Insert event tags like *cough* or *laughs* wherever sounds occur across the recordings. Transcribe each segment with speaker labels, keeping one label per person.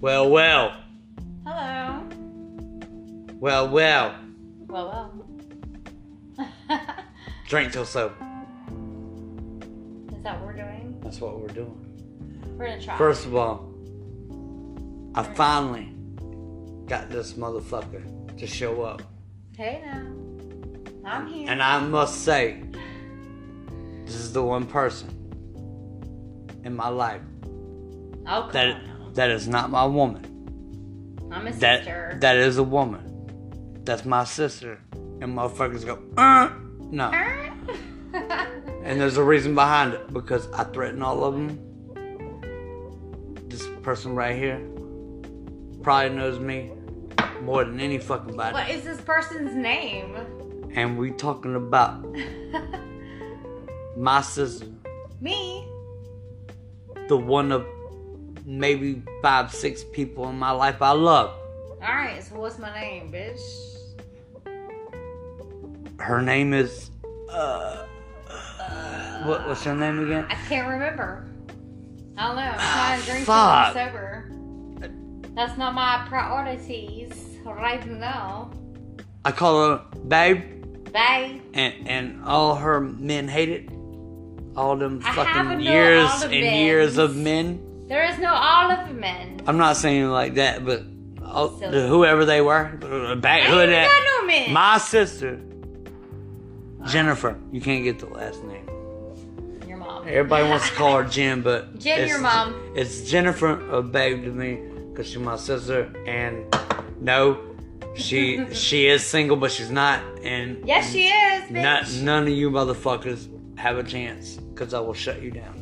Speaker 1: Well, well,
Speaker 2: Hello.
Speaker 1: well, well.
Speaker 2: Well, well. *laughs*
Speaker 1: Drink till sober.
Speaker 2: Is that what we're doing?
Speaker 1: That's what we're doing.
Speaker 2: We're gonna try.
Speaker 1: First of all, I finally got this motherfucker to show up.
Speaker 2: Hey now. I'm here.
Speaker 1: And I must say, this is the one person in my life
Speaker 2: oh, come
Speaker 1: that
Speaker 2: on
Speaker 1: that is not my woman.
Speaker 2: now. I'm a sister.
Speaker 1: That that is a woman. That's my sister. And motherfuckers go, uh, no. And there's a reason behind it because I threaten all of them. This person right here probably knows me more than any fucking body.
Speaker 2: *laughs* what is this person's name? *laughs*
Speaker 1: And we talking about my sister,
Speaker 2: Me?
Speaker 1: the one of maybe five, six people in my life I love.
Speaker 2: Alright, so what's my name, bitch?
Speaker 1: Her name is uh, what, what's her name again?
Speaker 2: I can't remember. I don't know. I'm trying to drink
Speaker 1: Ah, Fuck.
Speaker 2: something sober. That's not my priorities right now.
Speaker 1: I call her Babe,
Speaker 2: Bye.
Speaker 1: and and all her men hate it. All them
Speaker 2: I
Speaker 1: fucking
Speaker 2: haven't known
Speaker 1: years
Speaker 2: all the
Speaker 1: and years
Speaker 2: men's.
Speaker 1: of men.
Speaker 2: There is no olive men.
Speaker 1: I'm not saying it like that, but all,
Speaker 2: Silly.
Speaker 1: whoever they were, back
Speaker 2: I
Speaker 1: who
Speaker 2: ain't
Speaker 1: that.
Speaker 2: got no men.
Speaker 1: My sister, Jennifer. You can't get the last name.
Speaker 2: your mom.
Speaker 1: Everybody wants to call her Jen, but
Speaker 2: Jen,
Speaker 1: it's-
Speaker 2: your mom.
Speaker 1: It's Jennifer, a babe to me, cause she's my sister. And no,
Speaker 2: *laughs*
Speaker 1: she she is single, but she's not. And
Speaker 2: *laughs* Yes, she is, bitch.
Speaker 1: not, none of you motherfuckers have a chance, cause I will shut you down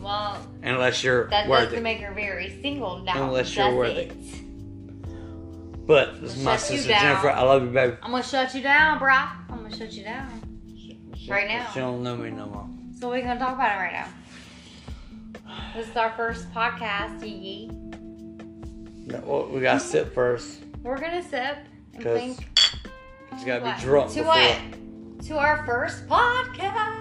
Speaker 2: well,
Speaker 1: unless you're
Speaker 2: that
Speaker 1: worthy.
Speaker 2: doesn't make her very single now.
Speaker 1: Unless you're
Speaker 2: does
Speaker 1: worthy.
Speaker 2: it?
Speaker 1: but this is my
Speaker 2: Shut you
Speaker 1: sister
Speaker 2: down.
Speaker 1: Jennifer. I love you, baby.
Speaker 2: I'm gonna shut you down, bruh. I'm gonna shut you down. Right now.
Speaker 1: she don't know me no more.
Speaker 2: So we're gonna talk about it right now. This is our first podcast, yee.
Speaker 1: No, well, we gotta sip first,
Speaker 2: We're gonna sip and
Speaker 1: cause
Speaker 2: think.
Speaker 1: she's gotta
Speaker 2: what?
Speaker 1: be drunk
Speaker 2: to
Speaker 1: before.
Speaker 2: what? To our first podcast.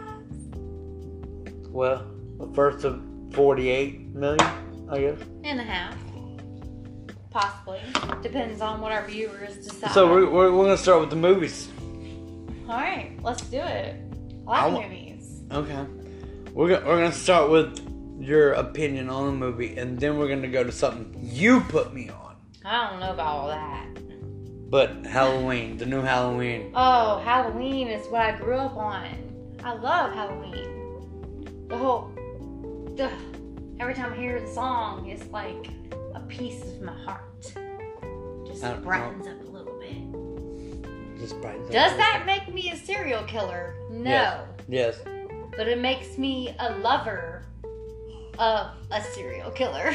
Speaker 1: Well, the first of 48 million, I guess.
Speaker 2: And a half. Possibly. Depends on what our viewers decide.
Speaker 1: So we're, we're, we're gonna start with the movies.
Speaker 2: Alright, let's do it.
Speaker 1: I
Speaker 2: I like
Speaker 1: wa-
Speaker 2: movies.
Speaker 1: Okay. We're gonna, we're gonna start with your opinion on the movie, and then we're gonna go to something you put me on.
Speaker 2: I don't know about all that.
Speaker 1: But Halloween, the new Halloween.
Speaker 2: Oh, Halloween is what I grew up on. I love Halloween. The whole, the, every time I hear the song, it's like a piece of my heart. Just
Speaker 1: I don't
Speaker 2: brightens up a little bit.
Speaker 1: Just brightens up
Speaker 2: Does
Speaker 1: the-
Speaker 2: that make me a serial killer? No,
Speaker 1: Yes. Yes. *laughs*
Speaker 2: but it makes me a lover of a
Speaker 1: *laughs*
Speaker 2: serial killer.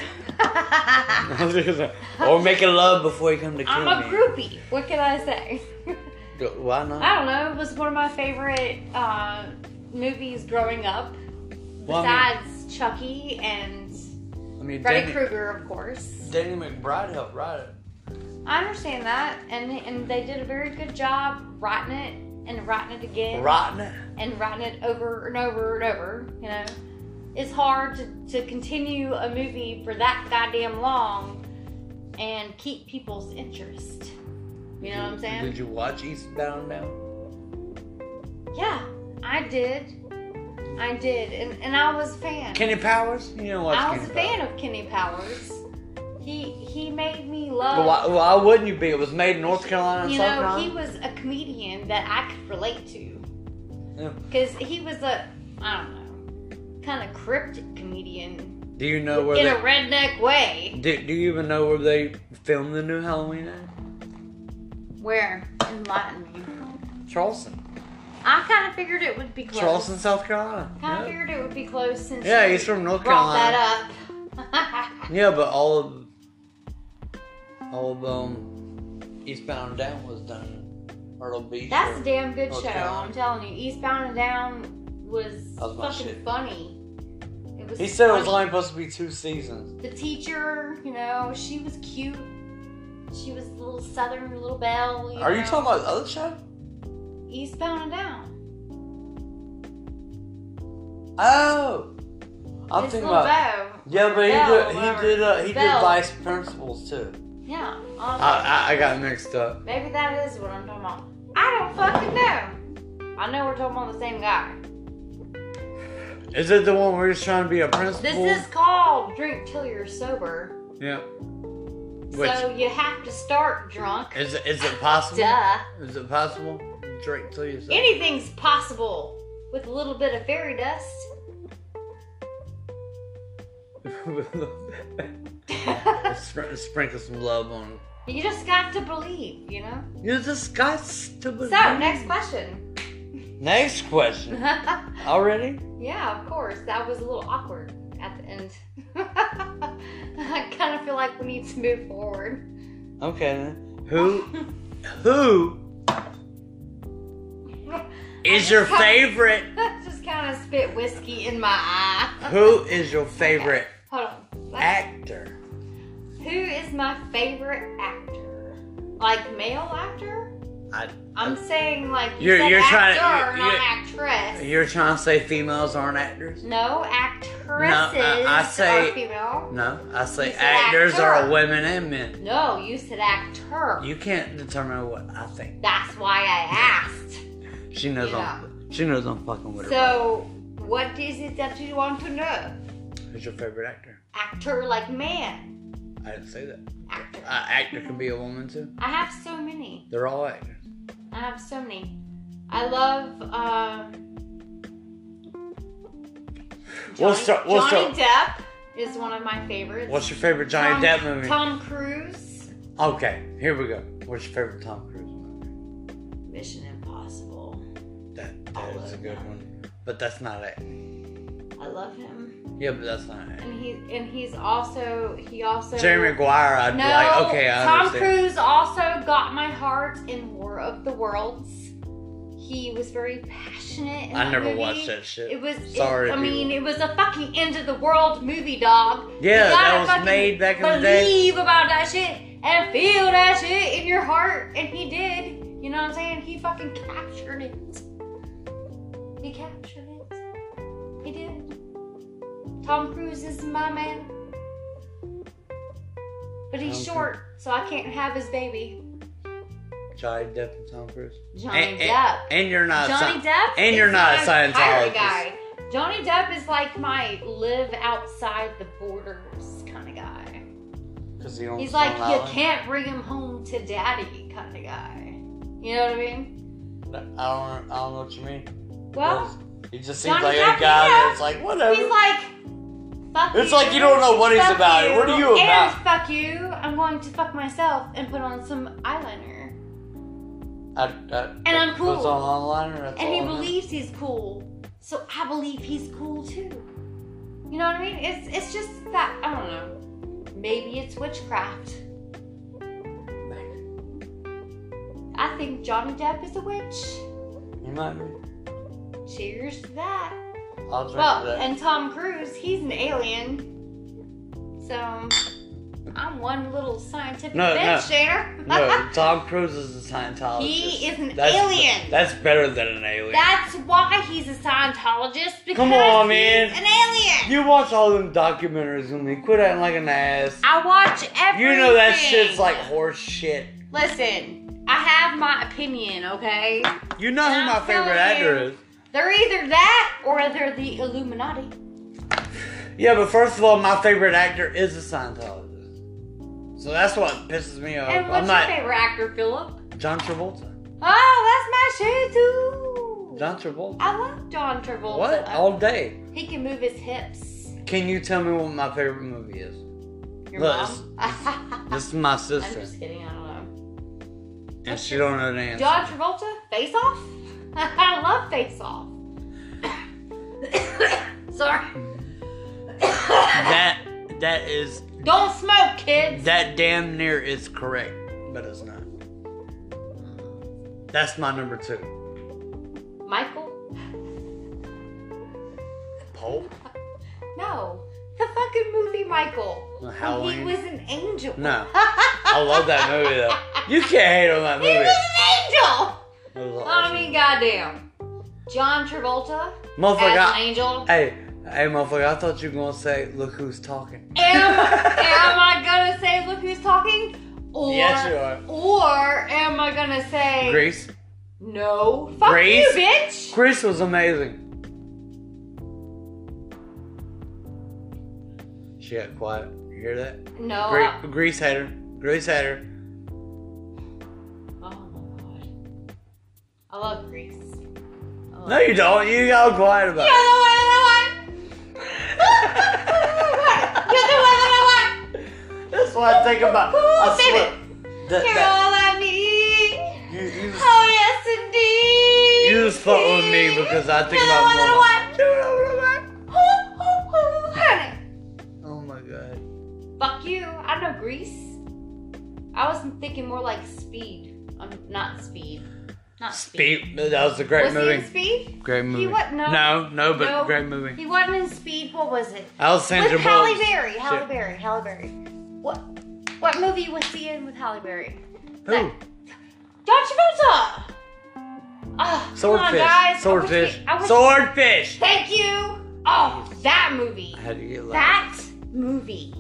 Speaker 2: *laughs*
Speaker 1: or making love before you come to kill
Speaker 2: I'm a
Speaker 1: me.
Speaker 2: groupie. What can I say? *laughs*
Speaker 1: Go- Why not?
Speaker 2: I don't know. It was one of my favorite uh, movies growing up.
Speaker 1: Well, I
Speaker 2: besides Chucky and
Speaker 1: mean, I mean
Speaker 2: Freddy
Speaker 1: Danny,
Speaker 2: Krueger, of course.
Speaker 1: Danny McBride helped write it.
Speaker 2: I understand that, and and they did a very good job writing it and writing it again
Speaker 1: Rotten it.
Speaker 2: and writing it over and over and over. You know, it's hard to, to continue a movie for that goddamn long and keep people's interest. You know what I'm saying?
Speaker 1: Did you watch Eastbound now?
Speaker 2: Yeah, I did. I did, and, and I was a fan.
Speaker 1: Kenny Powers? You know what?
Speaker 2: I
Speaker 1: Kenny
Speaker 2: was a
Speaker 1: Powers.
Speaker 2: fan of Kenny Powers. He he made me love.
Speaker 1: Well, why, why wouldn't you be? It was made in North Carolina and
Speaker 2: you
Speaker 1: South
Speaker 2: know, he
Speaker 1: Carolina.
Speaker 2: was a comedian that I could relate to.
Speaker 1: Yeah.
Speaker 2: Because he was a, I don't know, kind of cryptic comedian
Speaker 1: Do you know where
Speaker 2: in
Speaker 1: they?
Speaker 2: a redneck way.
Speaker 1: Do, do you even know where they filmed the new Halloween at?
Speaker 2: Where, enlighten me.
Speaker 1: Charleston,
Speaker 2: I kind of figured it would be close.
Speaker 1: Charleston, South Carolina.
Speaker 2: Kind of
Speaker 1: Yeah.
Speaker 2: figured it would be close since
Speaker 1: Yeah,
Speaker 2: you
Speaker 1: he's from North
Speaker 2: brought
Speaker 1: Carolina.
Speaker 2: that up. *laughs*
Speaker 1: Yeah, but all of all of um, Eastbound and Down was done in Myrtle Beach.
Speaker 2: That's
Speaker 1: or-
Speaker 2: a damn good
Speaker 1: North
Speaker 2: show.
Speaker 1: Carolina.
Speaker 2: I'm telling you, Eastbound and Down was,
Speaker 1: That was my
Speaker 2: fucking
Speaker 1: shit.
Speaker 2: funny. It was
Speaker 1: he said it was
Speaker 2: funny.
Speaker 1: only supposed to be two seasons.
Speaker 2: the teacher. You know, she was cute. She was a little southern, little belle.
Speaker 1: Are you
Speaker 2: know.
Speaker 1: talking about the other show?
Speaker 2: Eastbound and Down?
Speaker 1: Oh, I'm
Speaker 2: It's
Speaker 1: thinking Oh,
Speaker 2: Little
Speaker 1: about.
Speaker 2: Bo.
Speaker 1: Yeah, but he
Speaker 2: Bell,
Speaker 1: did.
Speaker 2: whatever.
Speaker 1: He did. Uh, he did
Speaker 2: Bell.
Speaker 1: vice principals too.
Speaker 2: Yeah. Um,
Speaker 1: I, I I got mixed up.
Speaker 2: maybe that is what I'm talking about. I don't fucking know. I know we're talking about the same guy.
Speaker 1: Is it the one where he's trying to be a principal?
Speaker 2: This is called drink till you're sober.
Speaker 1: Yeah. Which
Speaker 2: so you have to start drunk.
Speaker 1: is it? Is it possible?
Speaker 2: Duh.
Speaker 1: Is it possible? Drink till you say.
Speaker 2: Anything's possible with a little bit of fairy dust.
Speaker 1: *laughs* Spr- Sprinkle some love on
Speaker 2: You just got to believe, you know?
Speaker 1: it. You disgust to
Speaker 2: So,
Speaker 1: believe.
Speaker 2: next *laughs* question.
Speaker 1: Next
Speaker 2: *laughs*
Speaker 1: question. Already?
Speaker 2: yeah, of course. That was a little awkward at the end. *laughs* I kind of feel like we need to move forward. *laughs*
Speaker 1: Okay. Then. Who? Who is your favorite?
Speaker 2: just kind of spit whiskey in my eye.
Speaker 1: Who is your favorite
Speaker 2: Hold on. Let's-
Speaker 1: actor?
Speaker 2: Who is my favorite actor? Like male actor?
Speaker 1: I,
Speaker 2: I'm saying like you
Speaker 1: You're-
Speaker 2: said
Speaker 1: you're trying
Speaker 2: actor,
Speaker 1: to- you're-
Speaker 2: not actress.
Speaker 1: you're trying to say females aren't actors?
Speaker 2: No, actresses
Speaker 1: I say-
Speaker 2: are female.
Speaker 1: No, I say
Speaker 2: You said
Speaker 1: actors are
Speaker 2: Mm. actor.
Speaker 1: women and men.
Speaker 2: No, you said actor.
Speaker 1: You can't determine what I think.
Speaker 2: That's why I asked.
Speaker 1: She knows I'm. She knows I'm fucking with her.
Speaker 2: So, what is it that you want to know?
Speaker 1: Who's your favorite actor?
Speaker 2: Actor like man.
Speaker 1: I didn't say that.
Speaker 2: Actor.
Speaker 1: Uh, actor can be a woman too.
Speaker 2: I have so many.
Speaker 1: They're all actors.
Speaker 2: I have so many. I love um Johnny,
Speaker 1: We'll start- we'll
Speaker 2: Johnny Depp is one of my favorites.
Speaker 1: What's your favorite Johnny
Speaker 2: Tom-
Speaker 1: Depp movie?
Speaker 2: Tom Cruise.
Speaker 1: Okay, here we go. What's your favorite Tom Cruise movie?
Speaker 2: Mission Impossible.
Speaker 1: That,
Speaker 2: I
Speaker 1: that is a
Speaker 2: love
Speaker 1: good
Speaker 2: that.
Speaker 1: one. But that's not it.
Speaker 2: I love him,
Speaker 1: Yeah, but that's not it.
Speaker 2: and he and he's also he also
Speaker 1: Jerry Maguire, I'd
Speaker 2: No,
Speaker 1: be like, okay, I
Speaker 2: Tom
Speaker 1: understand.
Speaker 2: Cruise also got my heart in War of the Worlds. He was very passionate. In
Speaker 1: I
Speaker 2: that
Speaker 1: never
Speaker 2: movie.
Speaker 1: watched that shit.
Speaker 2: It was.
Speaker 1: Sorry,
Speaker 2: Sorry. I
Speaker 1: people.
Speaker 2: mean, it was a fucking end of the world movie, dog.
Speaker 1: Yeah, that
Speaker 2: You gotta
Speaker 1: was
Speaker 2: fucking
Speaker 1: made back in the day.
Speaker 2: Believe about that shit and feel that shit in your heart, and he did. You know what I'm saying? He fucking captured it. He captured it. He did. Tom Cruise is my man. But he's
Speaker 1: Okay.
Speaker 2: short, so I can't have his baby.
Speaker 1: Johnny Depp and Tom Cruise.
Speaker 2: Johnny
Speaker 1: and, and-
Speaker 2: Depp.
Speaker 1: And you're not. a
Speaker 2: Johnny
Speaker 1: sci-
Speaker 2: Depp.
Speaker 1: uh, and you're
Speaker 2: is
Speaker 1: not a
Speaker 2: my pirate
Speaker 1: Scientologist.
Speaker 2: guy. Johnny Depp is like my live outside the borders kind of guy.
Speaker 1: 'Cause he owns
Speaker 2: He's like,
Speaker 1: Long
Speaker 2: you
Speaker 1: Island.
Speaker 2: can't bring him home to daddy kind of guy. You know what I mean?
Speaker 1: I don't, I don't know what you mean.
Speaker 2: Well,
Speaker 1: He just seems
Speaker 2: Johnny
Speaker 1: like
Speaker 2: Depp,
Speaker 1: a guy
Speaker 2: yeah.
Speaker 1: that's like, whatever.
Speaker 2: he's like, fuck
Speaker 1: It's like you don't know what he's
Speaker 2: fuck
Speaker 1: about.
Speaker 2: you,
Speaker 1: What are you about?
Speaker 2: And fuck you. I'm going to fuck myself and put on some eyeliner.
Speaker 1: I, I,
Speaker 2: And I'm cool.
Speaker 1: It's all online, or that's
Speaker 2: and he
Speaker 1: all on-
Speaker 2: believes he's cool. So I believe he's cool too. You know what I mean? It's it's just that I don't know. Maybe it's witchcraft. I think Johnny Depp is a witch.
Speaker 1: You might be.
Speaker 2: Cheers to that.
Speaker 1: I'll drink
Speaker 2: Well,
Speaker 1: to that.
Speaker 2: and Tom Cruise, he's an alien. So I'm one little scientific
Speaker 1: No, no.
Speaker 2: bitch there. *laughs*
Speaker 1: no, Tom Cruise is a Scientologist.
Speaker 2: He is an
Speaker 1: That's-
Speaker 2: alien.
Speaker 1: That's better than an alien.
Speaker 2: That's why he's a Scientologist because
Speaker 1: Come on,
Speaker 2: he's
Speaker 1: man.
Speaker 2: an alien.
Speaker 1: you watch all them documentaries and they quit acting like an ass.
Speaker 2: I watch everything.
Speaker 1: You know that shit's like horse shit.
Speaker 2: Listen, I have my opinion, okay?
Speaker 1: You know who
Speaker 2: I'm
Speaker 1: my favorite
Speaker 2: telling
Speaker 1: actor
Speaker 2: you.
Speaker 1: is.
Speaker 2: They're either that or they're the Illuminati.
Speaker 1: Yeah, but first of all, my favorite actor is a Scientologist. So that's what pisses me off.
Speaker 2: and
Speaker 1: I'm
Speaker 2: what's
Speaker 1: not
Speaker 2: your favorite actor, Philip?
Speaker 1: John Travolta.
Speaker 2: Oh, that's my shoe too.
Speaker 1: John Travolta.
Speaker 2: I love John Travolta.
Speaker 1: What? All day.
Speaker 2: He can move his hips.
Speaker 1: Can you tell me what my favorite movie is?
Speaker 2: Your
Speaker 1: Look,
Speaker 2: mom.
Speaker 1: This is my
Speaker 2: *laughs* I'm
Speaker 1: sister,
Speaker 2: just kidding. I don't know.
Speaker 1: and she don't know the answer.
Speaker 2: John Travolta, Face Off. *laughs* I love Face Off. *coughs* Sorry.
Speaker 1: that that is
Speaker 2: Don't smoke, kids.
Speaker 1: that damn near is correct, but it's not. That's my number two.
Speaker 2: Michael.
Speaker 1: Pope.
Speaker 2: No, the fucking movie Michael.
Speaker 1: The
Speaker 2: when
Speaker 1: Howling?
Speaker 2: He was an angel. *laughs*
Speaker 1: No, I love that movie though. You can't hate on that
Speaker 2: He was
Speaker 1: movie.
Speaker 2: an angel.
Speaker 1: That was
Speaker 2: I
Speaker 1: awesome.
Speaker 2: mean, goddamn. John Travolta as
Speaker 1: Motherfucker, *laughs*
Speaker 2: an angel.
Speaker 1: Hey, Hey, motherfucker, I thought you were gonna say, "Look who's talking."
Speaker 2: Am, am I gonna say, look who's talking? Or,
Speaker 1: Yes, you are.
Speaker 2: Or am I gonna say,
Speaker 1: Grease.
Speaker 2: no, fuck
Speaker 1: Grace?
Speaker 2: you, bitch?
Speaker 1: Chris was amazing. She got quiet. You hear that?
Speaker 2: No. I-
Speaker 1: Gre- Grease had her. Grease had her.
Speaker 2: oh my god. I love Greece. I love
Speaker 1: No, you don't. You got quiet about
Speaker 2: You're
Speaker 1: it.
Speaker 2: the one that I want.
Speaker 1: *laughs*
Speaker 2: *laughs* You're the one that I want.
Speaker 1: That's what I think about. I
Speaker 2: Baby. uh,
Speaker 1: swear. That-
Speaker 2: You're
Speaker 1: that-
Speaker 2: all I need.
Speaker 1: you, you,
Speaker 2: Oh yes, indeed.
Speaker 1: you just fuck with me because I think about
Speaker 2: You're the
Speaker 1: Mama.
Speaker 2: one that I want. Honey.
Speaker 1: Oh my god.
Speaker 2: Fuck you. I know Greece. I was thinking more like Speed. Um, not Speed. Not Speed.
Speaker 1: Speed. That was a great
Speaker 2: was
Speaker 1: movie.
Speaker 2: he in Speed?
Speaker 1: Great movie.
Speaker 2: wa- no.
Speaker 1: no, no, but
Speaker 2: No.
Speaker 1: great movie.
Speaker 2: He wasn't in Speed. What was it?
Speaker 1: Alessandra
Speaker 2: with Halle
Speaker 1: Bullock.
Speaker 2: Berry. Halle
Speaker 1: Shit.
Speaker 2: Berry. Halle Berry. What? What movie was he in with Halle Berry?
Speaker 1: Who?
Speaker 2: John Travolta. Oh, come on,
Speaker 1: Swordfish.
Speaker 2: guys. I wish
Speaker 1: Swordfish.
Speaker 2: we- I wish-
Speaker 1: Swordfish.
Speaker 2: Thank you. Oh, that movie.
Speaker 1: I had to get loud.
Speaker 2: That movie.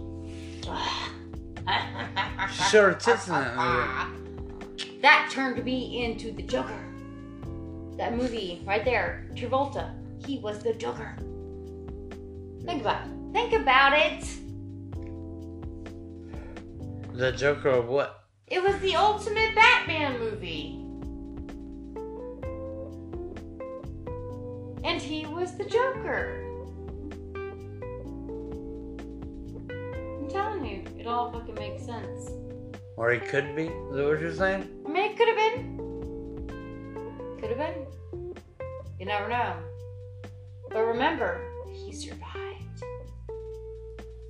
Speaker 1: Sure, tits in that movie.
Speaker 2: That turned me into the Joker. That movie right there, Travolta. He was the Joker. Think about it. Think about it.
Speaker 1: The Joker of what?
Speaker 2: It was the ultimate Batman movie. And he was the Joker. I'm telling you, it all fucking makes sense.
Speaker 1: Or he could be? Is that what you're saying?
Speaker 2: I mean, it could have been. Could have been. You never know. But remember, he survived.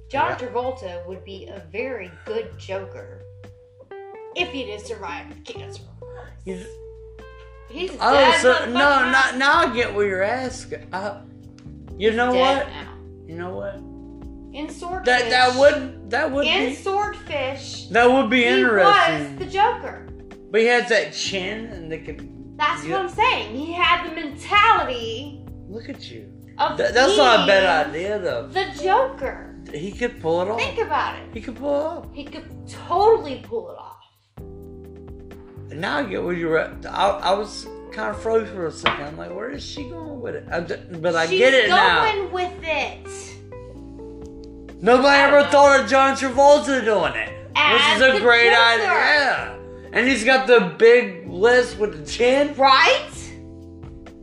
Speaker 2: John
Speaker 1: Yeah.
Speaker 2: Travolta would be a very good Joker if he did survive cancer.
Speaker 1: You-
Speaker 2: He's a
Speaker 1: Oh,
Speaker 2: dead
Speaker 1: so
Speaker 2: motherfucker
Speaker 1: no,
Speaker 2: now.
Speaker 1: not now. I get what you're asking. I, you know
Speaker 2: Dead
Speaker 1: what?
Speaker 2: now.
Speaker 1: You know what?
Speaker 2: In swordfish.
Speaker 1: That that would that would
Speaker 2: in
Speaker 1: be
Speaker 2: swordfish.
Speaker 1: that would be
Speaker 2: he was
Speaker 1: interesting.
Speaker 2: the Joker.
Speaker 1: but he has that chin, and they could.
Speaker 2: That's
Speaker 1: Yeah.
Speaker 2: what I'm saying. He had the mentality
Speaker 1: Look at you.
Speaker 2: of
Speaker 1: Th- that's not a
Speaker 2: being
Speaker 1: bad idea, though.
Speaker 2: The Joker.
Speaker 1: He could pull it off.
Speaker 2: Think about it.
Speaker 1: He could pull it off.
Speaker 2: He could totally pull it off.
Speaker 1: Now I get what you were. I, I was kind of froze for a second. I'm like, where is she going with it? I'm ju- but I
Speaker 2: She's
Speaker 1: get it now.
Speaker 2: going with it.
Speaker 1: Nobody ever thought of John Travolta doing it.
Speaker 2: As
Speaker 1: this is a
Speaker 2: the
Speaker 1: great
Speaker 2: Joker.
Speaker 1: idea. Yeah. And he's got the big list with the chin.
Speaker 2: Right?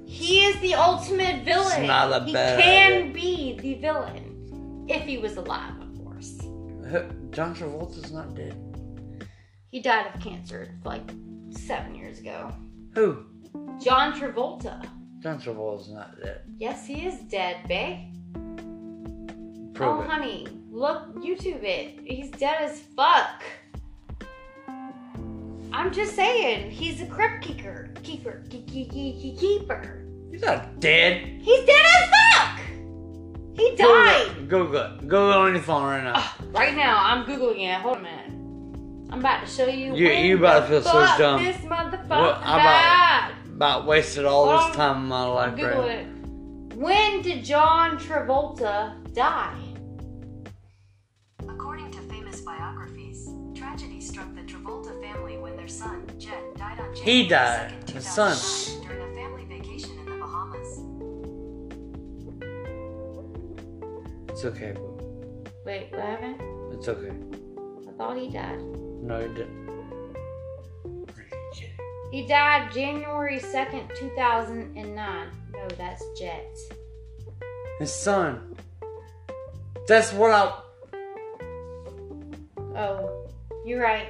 Speaker 2: He is the ultimate villain.
Speaker 1: not a
Speaker 2: he
Speaker 1: bad
Speaker 2: can be the villain. If he was alive, of course.
Speaker 1: John Travolta's not dead.
Speaker 2: He died of cancer like seven years ago.
Speaker 1: Who?
Speaker 2: John Travolta.
Speaker 1: John Travolta's not dead.
Speaker 2: Yes, he is dead, babe.
Speaker 1: Prove
Speaker 2: oh,
Speaker 1: it.
Speaker 2: honey, look, YouTube it. He's dead as fuck. I'm just saying, he's a crypt keeper, keeper, ke- ke- ke- ke- keeper.
Speaker 1: He's not dead.
Speaker 2: He's dead as fuck. He died.
Speaker 1: Google it. Google it on your phone right now.
Speaker 2: Ugh, right now, I'm googling it. Hold on a minute. I'm about to show you.
Speaker 1: You-
Speaker 2: when
Speaker 1: you about to
Speaker 2: the
Speaker 1: feel so
Speaker 2: fuck
Speaker 1: dumb.
Speaker 2: This motherfucker
Speaker 1: What- I'm about-
Speaker 2: died.
Speaker 1: About wasted all
Speaker 2: Um,
Speaker 1: this time in my life right
Speaker 2: Google it. When did John Travolta die?
Speaker 3: According to famous biographies, tragedy struck the Travolta family when their son, Jet, died on January
Speaker 1: He died.
Speaker 3: 2nd,
Speaker 1: His son.
Speaker 3: 2009 during a family vacation in the Bahamas.
Speaker 1: It's okay, boo.
Speaker 2: Wait, what happened?
Speaker 1: It's okay.
Speaker 2: I thought he died.
Speaker 1: No, you didn't. Are you kidding?
Speaker 2: He died January 2nd, 2009. No, that's Jet.
Speaker 1: His son. That's what I.
Speaker 2: Oh, you're right.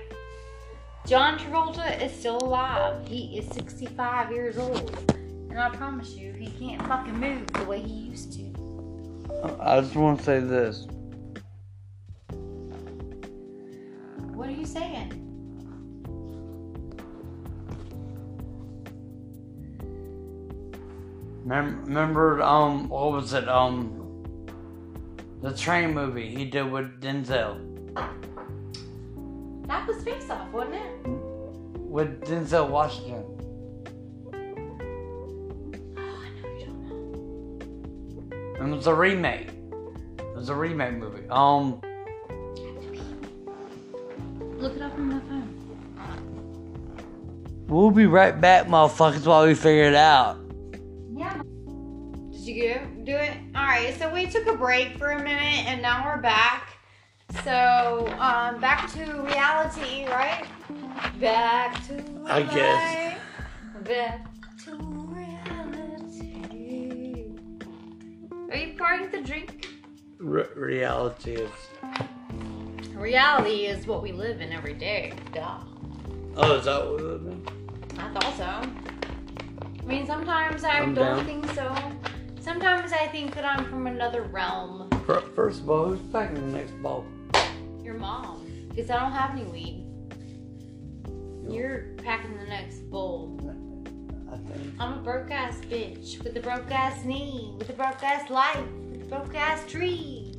Speaker 2: John Travolta is still alive. He is 65 years old. And I promise you, he can't fucking move the way he used to.
Speaker 1: I just want to say this.
Speaker 2: What are you saying?
Speaker 1: Mem- remember, um, what was it? Um, the train movie he did with Denzel.
Speaker 2: That was face off, wasn't it? *gasps*
Speaker 1: With Denzel Washington.
Speaker 2: Oh, I know you don't know.
Speaker 1: And it was a remake. It was a remake movie. Um,
Speaker 2: Look it up on my phone.
Speaker 1: we'll be right back, motherfuckers, while we figure it out.
Speaker 2: Yeah. Did you go do it? All right. So we took a break for a minute, and now we're back. So um, back to reality, right? Back to
Speaker 1: I guess.
Speaker 2: life. Back to reality. Are you pouring the drink?
Speaker 1: Re- reality is.
Speaker 2: Reality is what we live in every day. Duh.
Speaker 1: Oh, is that what it is?
Speaker 2: I thought so. I mean, sometimes I
Speaker 1: I'm
Speaker 2: don't
Speaker 1: down.
Speaker 2: think so. Sometimes I think that I'm from another realm.
Speaker 1: Fir- First of all, who's packing the next ball?
Speaker 2: Your mom. Because I don't have any weed. You're packing the next bowl.
Speaker 1: I think.
Speaker 2: I'm a broke ass bitch with a broke ass knee, with a broke ass life, with a broke ass tree.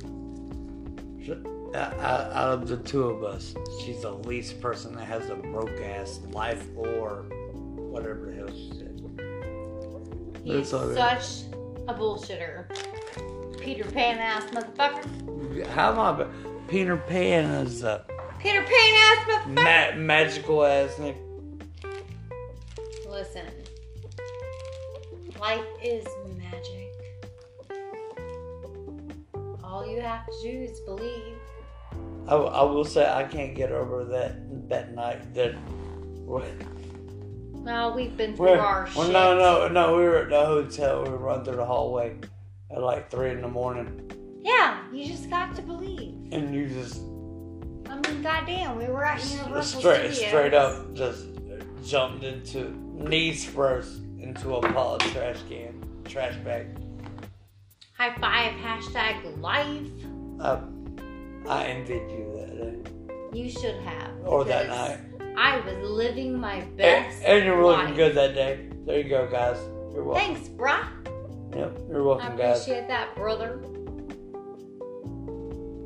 Speaker 1: Sh- uh, Out out of the two of us, she's the least person that has a broke ass life or whatever the hell she said.
Speaker 2: He's
Speaker 1: That's all right.
Speaker 2: such a bullshitter. Peter Pan ass motherfucker.
Speaker 1: How am I? be- Peter Pan is a
Speaker 2: Peter Pan ass motherfucker.
Speaker 1: ma- magical ass name. Mm.
Speaker 2: Listen, life is magic. All you have to do is believe.
Speaker 1: I, I will say I can't get over that that night that.
Speaker 2: Well, we've been through
Speaker 1: We're,
Speaker 2: our
Speaker 1: well,
Speaker 2: shit.
Speaker 1: no, no, no. We were at the hotel. We were running through the hallway at like three in the morning,
Speaker 2: Yeah, you just got to believe.
Speaker 1: and you just
Speaker 2: I mean, goddamn, we were at
Speaker 1: s-
Speaker 2: Universal
Speaker 1: straight,
Speaker 2: Studios.
Speaker 1: straight up, just jumped into knees first into a pile of trash can, trash bag.
Speaker 2: High five, hashtag life.
Speaker 1: I, I envied you that day
Speaker 2: You should have.
Speaker 1: or that
Speaker 2: because
Speaker 1: night.
Speaker 2: I was living my
Speaker 1: And,
Speaker 2: best.
Speaker 1: and you were looking
Speaker 2: life.
Speaker 1: good that day. There you go, guys. You're welcome.
Speaker 2: Thanks, brah.
Speaker 1: Yep, you're
Speaker 2: I
Speaker 1: welcome, guys.
Speaker 2: appreciate that, brother.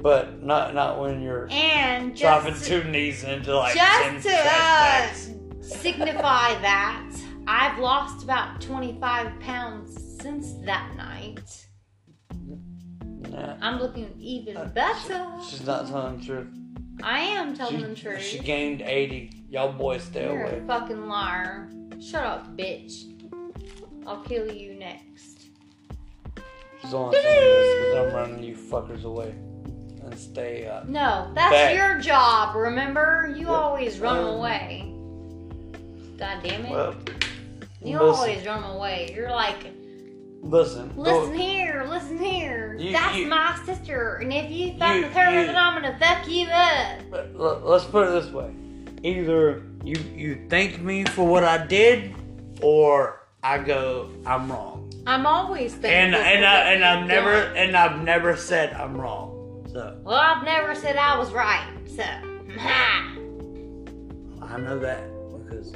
Speaker 1: But not not when you're
Speaker 2: And just
Speaker 1: dropping
Speaker 2: to-
Speaker 1: two knees into like ten
Speaker 2: just to uh,
Speaker 1: trash bags.
Speaker 2: signify that I've lost about 25 pounds since that night.
Speaker 1: Nah,
Speaker 2: I'm looking
Speaker 1: Uh,
Speaker 2: even better.
Speaker 1: she's not telling the truth.
Speaker 2: I am
Speaker 1: she,
Speaker 2: telling the truth.
Speaker 1: She gained eighty. Y'all boys stay
Speaker 2: You're
Speaker 1: away.
Speaker 2: a fucking liar. Shut up, bitch. I'll kill you next.
Speaker 1: She's only saying this because I'm running you fuckers away and stay up.
Speaker 2: No, that's
Speaker 1: Back.
Speaker 2: your job, remember? You
Speaker 1: Yeah.
Speaker 2: always run
Speaker 1: Um,
Speaker 2: away. God damn it.
Speaker 1: Well, listen,
Speaker 2: you always run away. You're like,
Speaker 1: listen. go-
Speaker 2: Listen here, listen here.
Speaker 1: You-
Speaker 2: That's
Speaker 1: you-
Speaker 2: my sister, and if you fuck
Speaker 1: You-
Speaker 2: with her,
Speaker 1: you-
Speaker 2: then I'm gonna fuck you up.
Speaker 1: Let- let- uh, let's put it this way either you you thank me for what i did or i go i'm wrong
Speaker 2: I'm always thankful.
Speaker 1: and and
Speaker 2: for
Speaker 1: i
Speaker 2: what
Speaker 1: and i've
Speaker 2: you've
Speaker 1: never
Speaker 2: done.
Speaker 1: and i've never said i'm wrong so
Speaker 2: Well, I've never said I was right, so. *laughs* ha.
Speaker 1: i know that because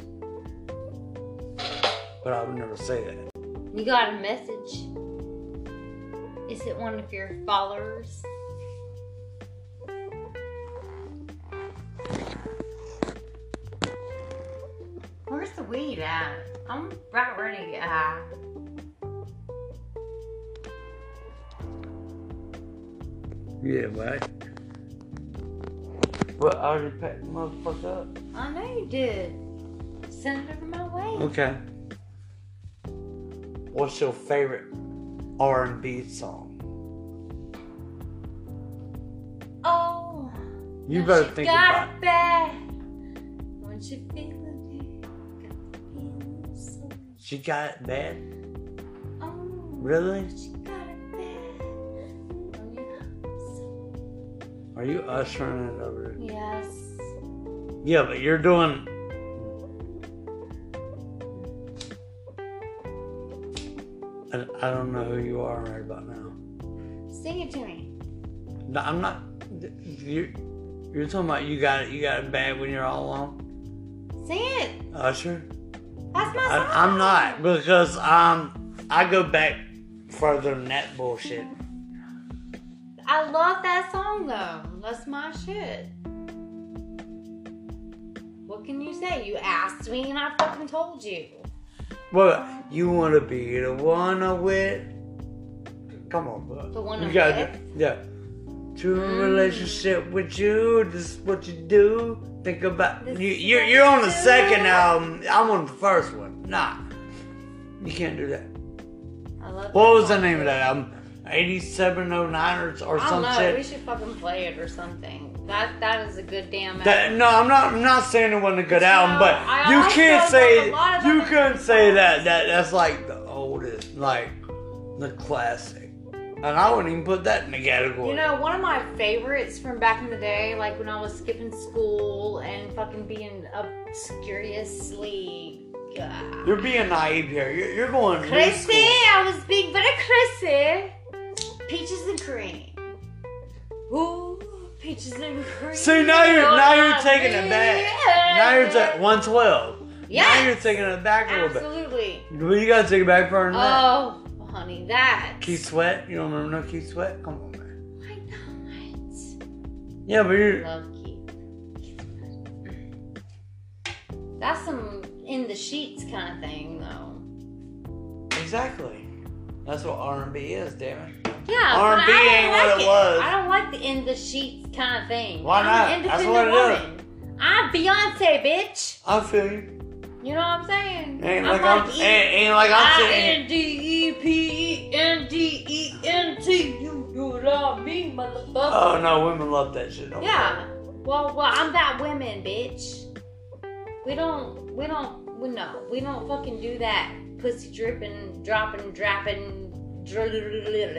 Speaker 1: but i would never say that
Speaker 2: you got a message? Is it one of your followers? Where's the weed at? I'm right ready uh, to get high.
Speaker 1: yeah but well i already packed the motherfucker up
Speaker 2: I know you did. Send it over my way.
Speaker 1: okay what's your favorite r&b song
Speaker 2: Oh,
Speaker 1: you
Speaker 2: now
Speaker 1: better
Speaker 2: she
Speaker 1: think about
Speaker 2: got
Speaker 1: it
Speaker 2: it back. When she feeling it, got so.
Speaker 1: She got it bad?
Speaker 2: Oh,
Speaker 1: Really?
Speaker 2: she got it back. Oh, yeah.
Speaker 1: Are you ushering it over?
Speaker 2: Yes.
Speaker 1: Yeah, but you're doing. I, I don't know who you are right about now.
Speaker 2: Sing it to me.
Speaker 1: No, I'm not. You're, you're talking about you got it. You got it bad when you're all alone,
Speaker 2: Sing it.
Speaker 1: Usher.
Speaker 2: That's my song.
Speaker 1: I, I'm not because um I go back further than that bullshit.
Speaker 2: I love that song though. That's my shit. What can you say? You asked me and I fucking told you.
Speaker 1: Well, you wanna be the one I with? Come on, bud.
Speaker 2: The one
Speaker 1: you
Speaker 2: I'm Mm.
Speaker 1: gotta do- Yeah. True relationship with you. This is what you do. Think about
Speaker 2: This
Speaker 1: you.
Speaker 2: is
Speaker 1: You're,
Speaker 2: what
Speaker 1: you're on
Speaker 2: you
Speaker 1: the
Speaker 2: do.
Speaker 1: second album. I'm on the first one. Nah, you can't do that.
Speaker 2: I love
Speaker 1: What
Speaker 2: that
Speaker 1: was the
Speaker 2: song.
Speaker 1: name of that album? 8709 or, or
Speaker 2: I
Speaker 1: some
Speaker 2: don't know.
Speaker 1: shit.
Speaker 2: We should fucking play it or something. That that is a good damn.
Speaker 1: That, no, I'm not. I'm not saying it wasn't a good album, but
Speaker 2: I
Speaker 1: you
Speaker 2: also
Speaker 1: can't
Speaker 2: love
Speaker 1: say
Speaker 2: a lot of
Speaker 1: you
Speaker 2: other
Speaker 1: couldn't say that. That that's like the oldest, like the classic, and I wouldn't even put that in the category.
Speaker 2: You know, one of my favorites from back in the day, like when I was skipping school and fucking being obscuriously. uh, God.
Speaker 1: You're being naive here. You're, you're going. to
Speaker 2: Crazy!
Speaker 1: school.
Speaker 2: I was being very crazy! Peaches and cream. Ooh, peaches and cream.
Speaker 1: See now you're
Speaker 2: Oh,
Speaker 1: now you're
Speaker 2: my
Speaker 1: taking it back. Now you're
Speaker 2: baby.
Speaker 1: ta- 112.
Speaker 2: Yes!
Speaker 1: Now you're taking it back a little bit.
Speaker 2: Absolutely.
Speaker 1: Well, you gotta take it back further than that.
Speaker 2: Oh, honey, that.
Speaker 1: Keith Sweat. You don't remember no Keith Sweat? Come on, man.
Speaker 2: Why not?
Speaker 1: Yeah, but you're.
Speaker 2: Love Keith. That's some in the sheets kind of thing, though.
Speaker 1: Exactly. That's what R&B is, damn it.
Speaker 2: Yeah,
Speaker 1: R&B
Speaker 2: but I don't
Speaker 1: ain't what
Speaker 2: like
Speaker 1: it was.
Speaker 2: I don't like the in the sheets kind of thing.
Speaker 1: Why
Speaker 2: I'm
Speaker 1: not?
Speaker 2: an
Speaker 1: That's
Speaker 2: independent
Speaker 1: what it
Speaker 2: woman. I'm Beyonce, bitch.
Speaker 1: I feel you.
Speaker 2: You know what I'm saying?
Speaker 1: Ain't
Speaker 2: I'm
Speaker 1: like I'm,
Speaker 2: like
Speaker 1: ain't, ain't like I'm sitting.
Speaker 2: N D E P E N D E N T. You do it all me, motherfucker.
Speaker 1: Oh no, women love that shit. don't
Speaker 2: Yeah. Well, well, I'm that women, bitch. We don't, we don't, we no, we don't fucking do that pussy dripping, dropping, drapping. drillililililil.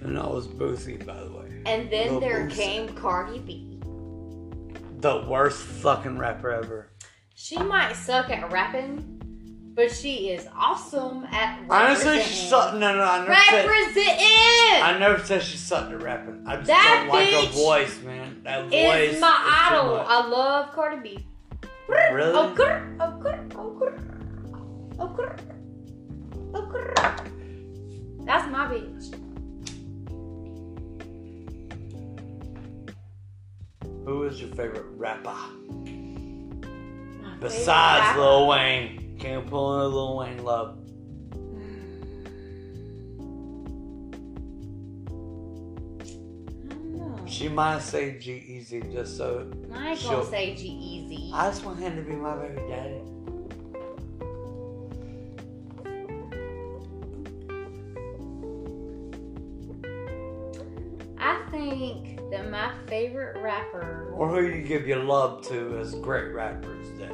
Speaker 1: they? And that was Boosie, by the way.
Speaker 2: And then
Speaker 1: Little
Speaker 2: there
Speaker 1: boosie.
Speaker 2: came Cardi B.
Speaker 1: The worst fucking rapper ever.
Speaker 2: She might suck at rapping, but she is awesome at
Speaker 1: Honestly, she
Speaker 2: representing.
Speaker 1: sucked. No, no, I never said.
Speaker 2: Representing
Speaker 1: I never said she sucked at rapping. I just
Speaker 2: That
Speaker 1: don't like her
Speaker 2: bitch
Speaker 1: voice, man. That voice
Speaker 2: is my
Speaker 1: too
Speaker 2: idol.
Speaker 1: much.
Speaker 2: I love Cardi B.
Speaker 1: Really?
Speaker 2: Oh, grr, oh, grr, oh, grr, oh, grr, oh, grr. That's my bitch.
Speaker 1: Who is your favorite rapper
Speaker 2: My favorite
Speaker 1: besides
Speaker 2: rapper.
Speaker 1: Lil Wayne? Can't pull in Lil Wayne love.
Speaker 2: I don't know.
Speaker 1: She might say G Easy just so.
Speaker 2: I ain't
Speaker 1: Sure.
Speaker 2: gonna say G E Easy.
Speaker 1: I just want him to be my baby daddy.
Speaker 2: I think that my favorite rapper.
Speaker 1: Or who you give your love to as great rappers that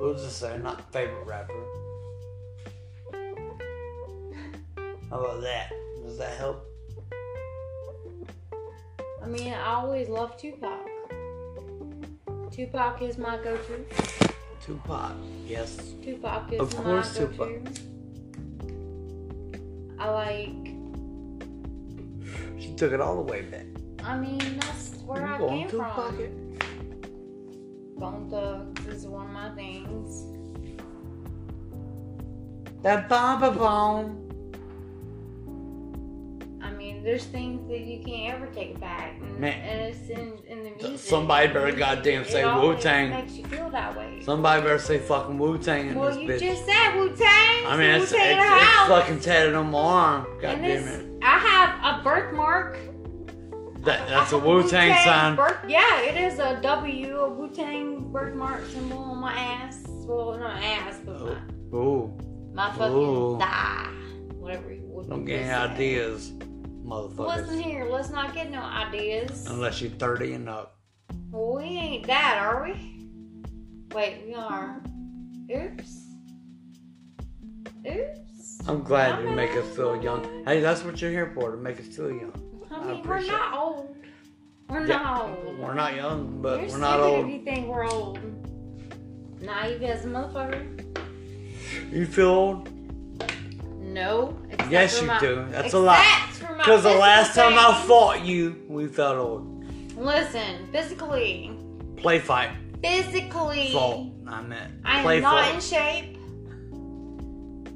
Speaker 1: we'll just say not favorite rapper. How about that? Does that help?
Speaker 2: I mean, I always love Tupac. Tupac is my go-to.
Speaker 1: Tupac. Yes.
Speaker 2: Tupac is
Speaker 1: Of
Speaker 2: my
Speaker 1: course
Speaker 2: go-to.
Speaker 1: Tupac.
Speaker 2: I like.
Speaker 1: She took it all the way back.
Speaker 2: I mean, that's where I
Speaker 1: Going
Speaker 2: came
Speaker 1: Tupac
Speaker 2: from.
Speaker 1: it.
Speaker 2: Bone Thugs is one of my things.
Speaker 1: That Baba Bone.
Speaker 2: I mean, there's things that you can't ever take back, and,
Speaker 1: Man.
Speaker 2: and it's in, in the music.
Speaker 1: somebody better goddamn
Speaker 2: It
Speaker 1: say
Speaker 2: always
Speaker 1: Wu-Tang.
Speaker 2: Makes you feel that way.
Speaker 1: Somebody better say fucking Wu Tang in
Speaker 2: well,
Speaker 1: this
Speaker 2: you
Speaker 1: bitch.
Speaker 2: just said Wu Tang.
Speaker 1: I mean, it's,
Speaker 2: Wu
Speaker 1: it's,
Speaker 2: Tang
Speaker 1: it's fucking tatted on my arm. God
Speaker 2: and
Speaker 1: damn
Speaker 2: this,
Speaker 1: it.
Speaker 2: I have a birthmark.
Speaker 1: That, that's
Speaker 2: I
Speaker 1: a
Speaker 2: have
Speaker 1: Wu Tang sign.
Speaker 2: Birth, yeah, it is a W, a Wu Tang birthmark symbol on my ass. Well, not ass, but
Speaker 1: Oh, Ooh,
Speaker 2: my, my fucking
Speaker 1: Ooh.
Speaker 2: thigh. Whatever you would
Speaker 1: don't get any Oh. ideas, motherfuckers.
Speaker 2: Listen here, let's not get no ideas.
Speaker 1: Unless you're 30 and up.
Speaker 2: Well, we ain't that, are we? Wait, we are. Oops. Oops.
Speaker 1: I'm glad you make us feel young. Hey, that's what you're here for, to make us feel young.
Speaker 2: I
Speaker 1: I
Speaker 2: mean, we're
Speaker 1: appreciate
Speaker 2: not old. We're
Speaker 1: Yeah,
Speaker 2: not old.
Speaker 1: We're not young, but
Speaker 2: You're
Speaker 1: we're not
Speaker 2: stupid If
Speaker 1: old.
Speaker 2: you think we're old. Naive as a motherfucker.
Speaker 1: You feel old?
Speaker 2: No. except
Speaker 1: Yes,
Speaker 2: for
Speaker 1: you
Speaker 2: my-
Speaker 1: do. That's a lie.
Speaker 2: except for my
Speaker 1: Because the
Speaker 2: physical
Speaker 1: last time I
Speaker 2: things.
Speaker 1: fought you, we felt old.
Speaker 2: Listen, physically.
Speaker 1: Play fight.
Speaker 2: Physically.
Speaker 1: Fault. I meant.
Speaker 2: I am
Speaker 1: Play
Speaker 2: not
Speaker 1: fault.
Speaker 2: in shape.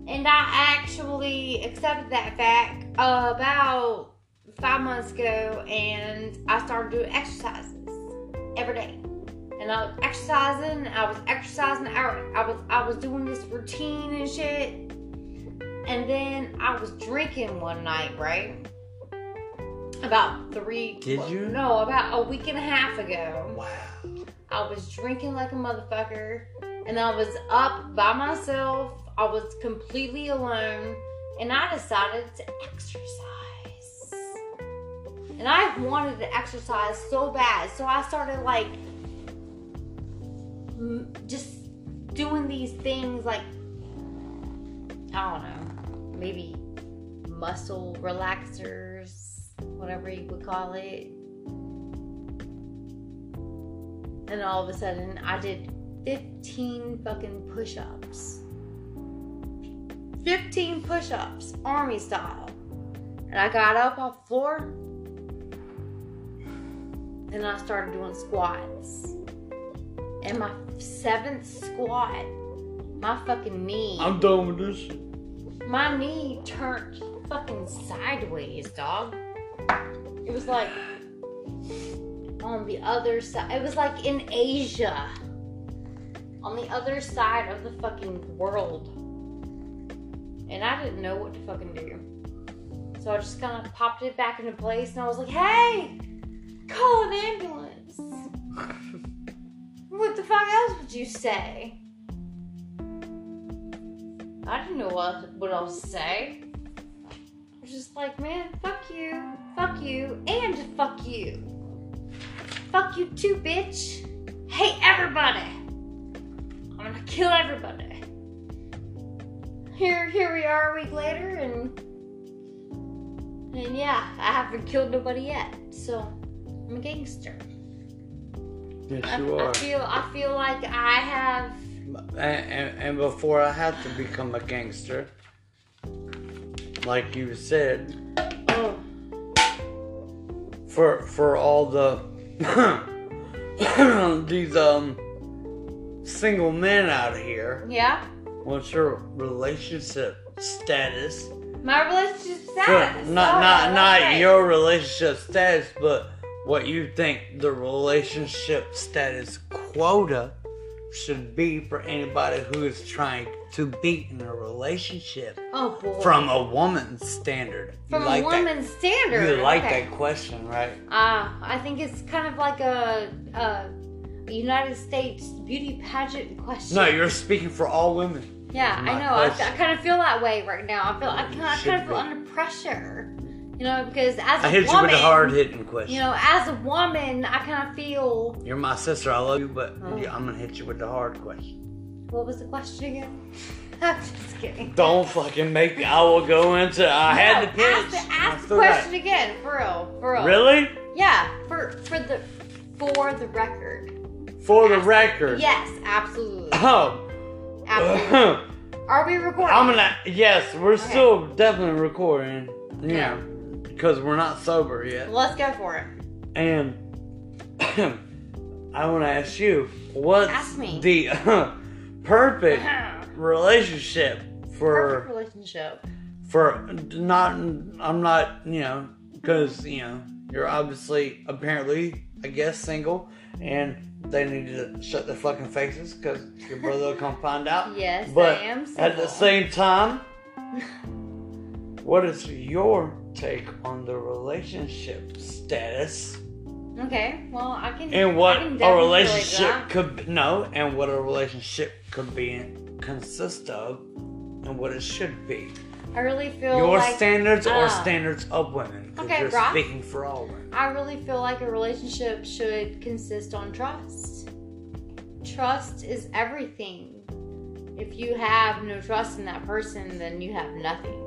Speaker 2: And I actually accepted that fact about five months ago and I started doing exercises every day. And I was exercising, I was exercising, I, I was I was doing this routine and shit. And then I was drinking one night, right? About three.
Speaker 1: Did you?
Speaker 2: No, about a week and a half ago.
Speaker 1: Wow.
Speaker 2: I was drinking like a motherfucker, and I was up by myself. I was completely alone, and I decided to exercise. And I wanted to exercise so bad, so I started like m- just doing these things like I don't know, maybe muscle relaxers, whatever you would call it. And all of a sudden, I did 15 fucking push ups. 15 push ups, army style. And I got up off the floor and I started doing squats. And my seventh squat, my fucking knee
Speaker 1: I'm done with this. *laughs* shit.
Speaker 2: my knee turned fucking sideways, dog. It was like on the other side. It was like in Asia, on the other side of the fucking world. And I didn't know what to fucking do. So I just kind of popped it back into place and I was like, hey, call an ambulance. what the fuck else would you say? I didn't know what, what else to say. I was just like, man, fuck you, fuck you, and fuck you. Fuck you too, bitch. Hate everybody. I'm gonna kill everybody. Here, here we are a week later, and and yeah, I haven't killed nobody yet, so I'm a gangster. I,
Speaker 1: Yes, you
Speaker 2: I
Speaker 1: are.
Speaker 2: feel, I feel like I have.
Speaker 1: And, and, and before I had to become a gangster, like you said,
Speaker 2: Oh,
Speaker 1: for for all the *coughs* these um single men out here,
Speaker 2: yeah.
Speaker 1: what's your relationship status?
Speaker 2: My relationship
Speaker 1: Sure,
Speaker 2: status.
Speaker 1: not not
Speaker 2: Oh, that's
Speaker 1: not
Speaker 2: right.
Speaker 1: your relationship status, but what you think the relationship status quota should be for anybody who is trying to be in a relationship
Speaker 2: Oh boy.
Speaker 1: from a woman's standard.
Speaker 2: From
Speaker 1: you like
Speaker 2: a woman's
Speaker 1: that.
Speaker 2: standard.
Speaker 1: You like
Speaker 2: okay.
Speaker 1: that question, right?
Speaker 2: Ah, I think it's kind of like a, a United States beauty pageant question.
Speaker 1: No, you're speaking for all women.
Speaker 2: Yeah, I
Speaker 1: my
Speaker 2: know. I,
Speaker 1: question.
Speaker 2: I kind of feel that way right now. I feel I, kind- I
Speaker 1: should
Speaker 2: kind of feel
Speaker 1: be.
Speaker 2: under pressure. You know, because as a
Speaker 1: I hit
Speaker 2: woman,
Speaker 1: you with a hard hitting question.
Speaker 2: you know, as a woman, I kind of feel.
Speaker 1: You're my sister. I love you, but
Speaker 2: Oh.
Speaker 1: yeah, I'm gonna hit you with the hard question.
Speaker 2: What was the question again? *laughs* I'm just kidding.
Speaker 1: Don't fucking make me. I will go into. I had
Speaker 2: No,
Speaker 1: to pitch.
Speaker 2: Ask the, ask
Speaker 1: I
Speaker 2: the
Speaker 1: still got-
Speaker 2: question again, for real, for real.
Speaker 1: Really?
Speaker 2: Yeah, for for the for the record.
Speaker 1: For the record.
Speaker 2: Yes, absolutely.
Speaker 1: Oh. *laughs*
Speaker 2: Absolutely.
Speaker 1: I'm
Speaker 2: Are we recording?
Speaker 1: gonna. Yes, we're
Speaker 2: Okay.
Speaker 1: still definitely recording. Yeah. Because we're not sober yet.
Speaker 2: Let's go for it.
Speaker 1: And *clears throat* I want to ask you, what's
Speaker 2: Ask me.
Speaker 1: the *laughs*
Speaker 2: *laughs*
Speaker 1: perfect relationship
Speaker 2: Perfect
Speaker 1: for
Speaker 2: relationship.
Speaker 1: for not? I'm not, you know, because you know you're obviously apparently, I guess, single, and they need to shut their fucking faces because your brother will come find out.
Speaker 2: *laughs* Yes,
Speaker 1: but
Speaker 2: I am
Speaker 1: at the
Speaker 2: single.
Speaker 1: same time,
Speaker 2: *laughs*
Speaker 1: what is your take on the relationship status?
Speaker 2: Okay. Well, I can.
Speaker 1: and what
Speaker 2: I can
Speaker 1: a
Speaker 2: definitely
Speaker 1: relationship
Speaker 2: relate to
Speaker 1: could no, and what a relationship could be consist of, and what it should be.
Speaker 2: that. I really feel
Speaker 1: Your
Speaker 2: like
Speaker 1: standards or
Speaker 2: uh,
Speaker 1: standards of women. 'cause
Speaker 2: okay,
Speaker 1: you're
Speaker 2: Brock.
Speaker 1: speaking for all women.
Speaker 2: I really feel like a relationship should consist on trust. Trust is everything. If you have no trust in that person, then you have nothing.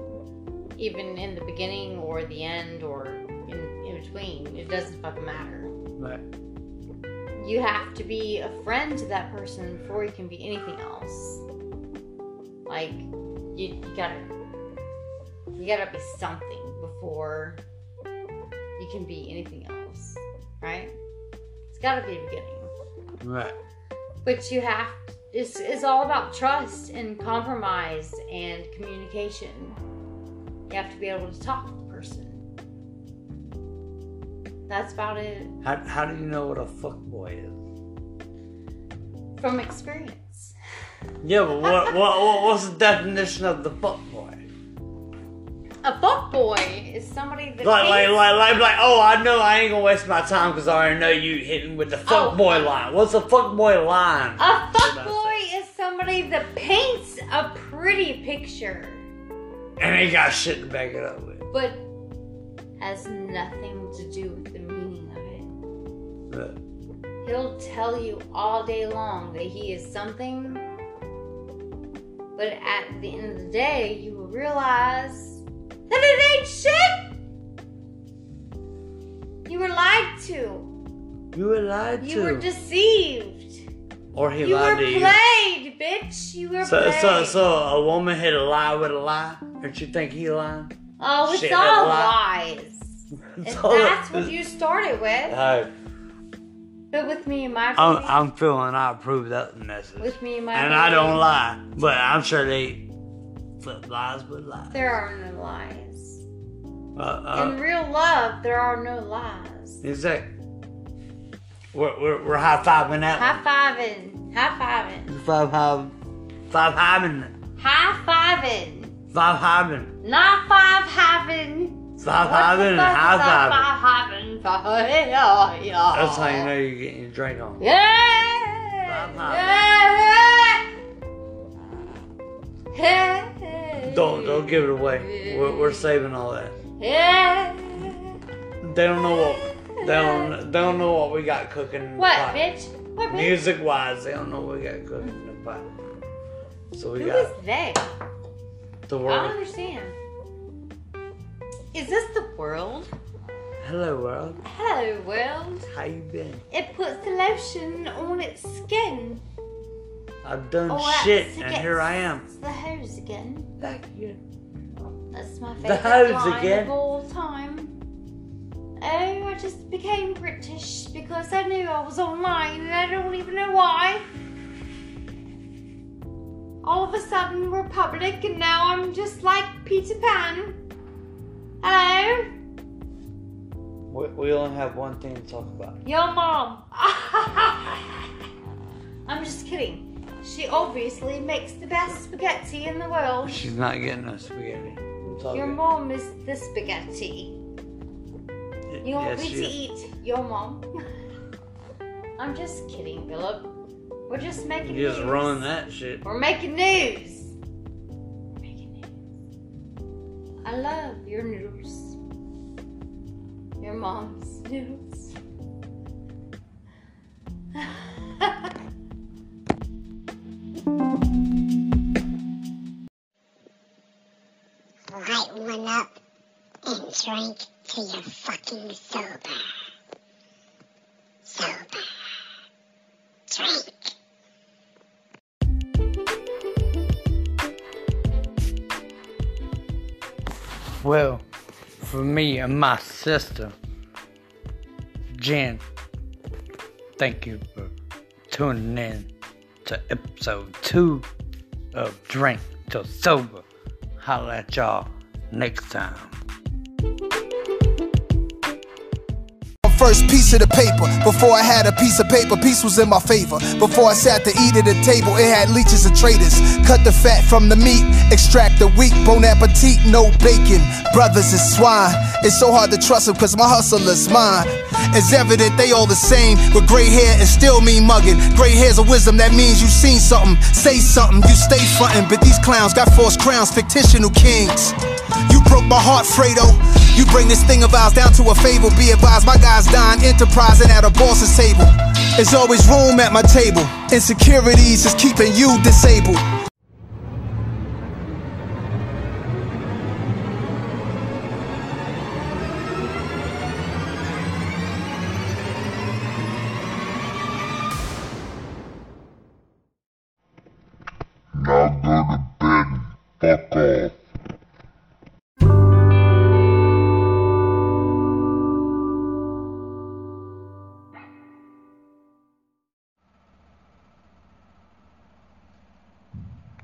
Speaker 2: Even in the beginning or the end or in, in between, it doesn't fucking matter.
Speaker 1: But
Speaker 2: you have to be a friend to that person before you can be anything else. Like you, you gotta you gotta be something before you can be anything else, right? It's gotta be a beginning.
Speaker 1: right.
Speaker 2: But you have it's it's all about trust and compromise and communication. You have to be able to talk to the person. That's about it
Speaker 1: How, how do you know what a fuck boy is?
Speaker 2: from experience.
Speaker 1: Yeah, but what, what, what what's the definition of the fuck boy?
Speaker 2: a fuckboy is somebody that
Speaker 1: Like, like,
Speaker 2: hates-
Speaker 1: like, like, like, oh, I know I ain't gonna waste my time because I already know you hitting with the
Speaker 2: Oh.
Speaker 1: fuck boy line. What's the fuck boy line?
Speaker 2: A
Speaker 1: Should I
Speaker 2: fuckboy is somebody that paints a pretty picture,
Speaker 1: And ain't got shit to back it up with.
Speaker 2: but has nothing to do with the meaning of
Speaker 1: But
Speaker 2: it. He'll tell you all day long that he is something, but at the end of the day, you will realize that it ain't shit! You were lied to,
Speaker 1: you were lied
Speaker 2: you
Speaker 1: to.
Speaker 2: were deceived,
Speaker 1: or he
Speaker 2: you were
Speaker 1: lied to you.
Speaker 2: played, bitch! You were
Speaker 1: So,
Speaker 2: played.
Speaker 1: so, so a woman hit a lie with a lie? Don't you think he lying? *laughs*
Speaker 2: Oh, it's
Speaker 1: Shit,
Speaker 2: all
Speaker 1: a lot.
Speaker 2: lies. And
Speaker 1: It's all-
Speaker 2: that's what
Speaker 1: *laughs*
Speaker 2: you started with.
Speaker 1: Oh,
Speaker 2: But with me and my
Speaker 1: I'm,
Speaker 2: baby-
Speaker 1: I'm feeling I approved that message.
Speaker 2: with me and my
Speaker 1: and I
Speaker 2: baby,
Speaker 1: don't lie, but I'm sure they flip lies with lies.
Speaker 2: There are no lies.
Speaker 1: Uh, uh,
Speaker 2: In real love, there are no lies.
Speaker 1: exactly. We're, we're, we're high fiving that.
Speaker 2: High fiving, high fiving,
Speaker 1: one. Five hiving. Five hiving.
Speaker 2: high fiving,
Speaker 1: Five hiving.
Speaker 2: not five having.
Speaker 1: Five hiving and high
Speaker 2: Five having. *laughs* Yeah, yeah.
Speaker 1: fiving. That's how you know you're getting your drink on.
Speaker 2: Yeah. Yeah. Hey.
Speaker 1: Don't don't give it away. We're, we're saving all that.
Speaker 2: Yeah.
Speaker 1: They don't know what they don't they don't know what we got cooking. in the
Speaker 2: What,
Speaker 1: pot.
Speaker 2: bitch? What, bitch?
Speaker 1: Music wise, they don't know what we got cooking in the pot. So we
Speaker 2: Who is
Speaker 1: got
Speaker 2: they?
Speaker 1: the
Speaker 2: I don't
Speaker 1: world.
Speaker 2: understand. Is this the world?
Speaker 1: Hello world,
Speaker 2: Hello, world.
Speaker 1: how you been?
Speaker 2: It puts the lotion on its skin.
Speaker 1: I've done
Speaker 2: Oh, that's
Speaker 1: shit,
Speaker 2: sick.
Speaker 1: and here I am.
Speaker 2: It's the hose again.
Speaker 1: Back here.
Speaker 2: That's my favorite
Speaker 1: The hose
Speaker 2: line
Speaker 1: again.
Speaker 2: of all time. Oh, I just became British because I knew I was online and I don't even know why. All of a sudden, we're public and now I'm just like Peter Pan. Hello?
Speaker 1: We, we only have one thing to talk about.
Speaker 2: Yo, mom. *laughs* I'm just kidding. She obviously makes the best spaghetti in the world.
Speaker 1: She's not getting us spaghetti. It's all
Speaker 2: Your
Speaker 1: good.
Speaker 2: mom is the spaghetti. You want
Speaker 1: Yes,
Speaker 2: me
Speaker 1: she
Speaker 2: to
Speaker 1: is.
Speaker 2: eat your mom? *laughs* I'm just kidding, Philip. We're just making
Speaker 1: You just
Speaker 2: news.
Speaker 1: ruin that shit.
Speaker 2: We're making news. We're making news. I love your noodles. Your mom's noodles. *laughs*
Speaker 4: light one up and drink till you're fucking sober. Sober. Drink.
Speaker 1: Well, for me and my sister, Jen, thank you for tuning in to episode two of Drink Till Sober. Holla at y'all next time.
Speaker 5: My First piece of the paper. Before I had a piece of paper, peace was in my favor. Before I sat to eat at a table, it had leeches and traitors. Cut the fat from the meat, extract the weak. Bon appetit, no bacon. Brothers is swine. It's so hard to trust them cause my hustle is mine. It's evident they all the same. With gray hair and still mean mugging. Gray hair's a wisdom that means you seen something. Say something, you stay frontin'. But these clowns got false crowns, fictional kings. You broke my heart, Fredo. You bring this thing of ours down to a fable. Be advised, my guy's dying, enterprising at a boss's table. There's always room at my table. Insecurities is keeping you disabled.
Speaker 6: Now go to bed and fuck off.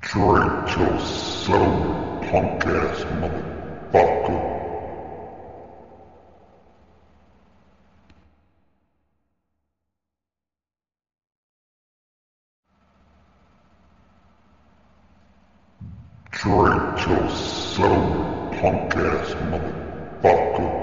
Speaker 6: Drink till sober, punk ass motherfucker. Drink till sober, punk ass motherfucker.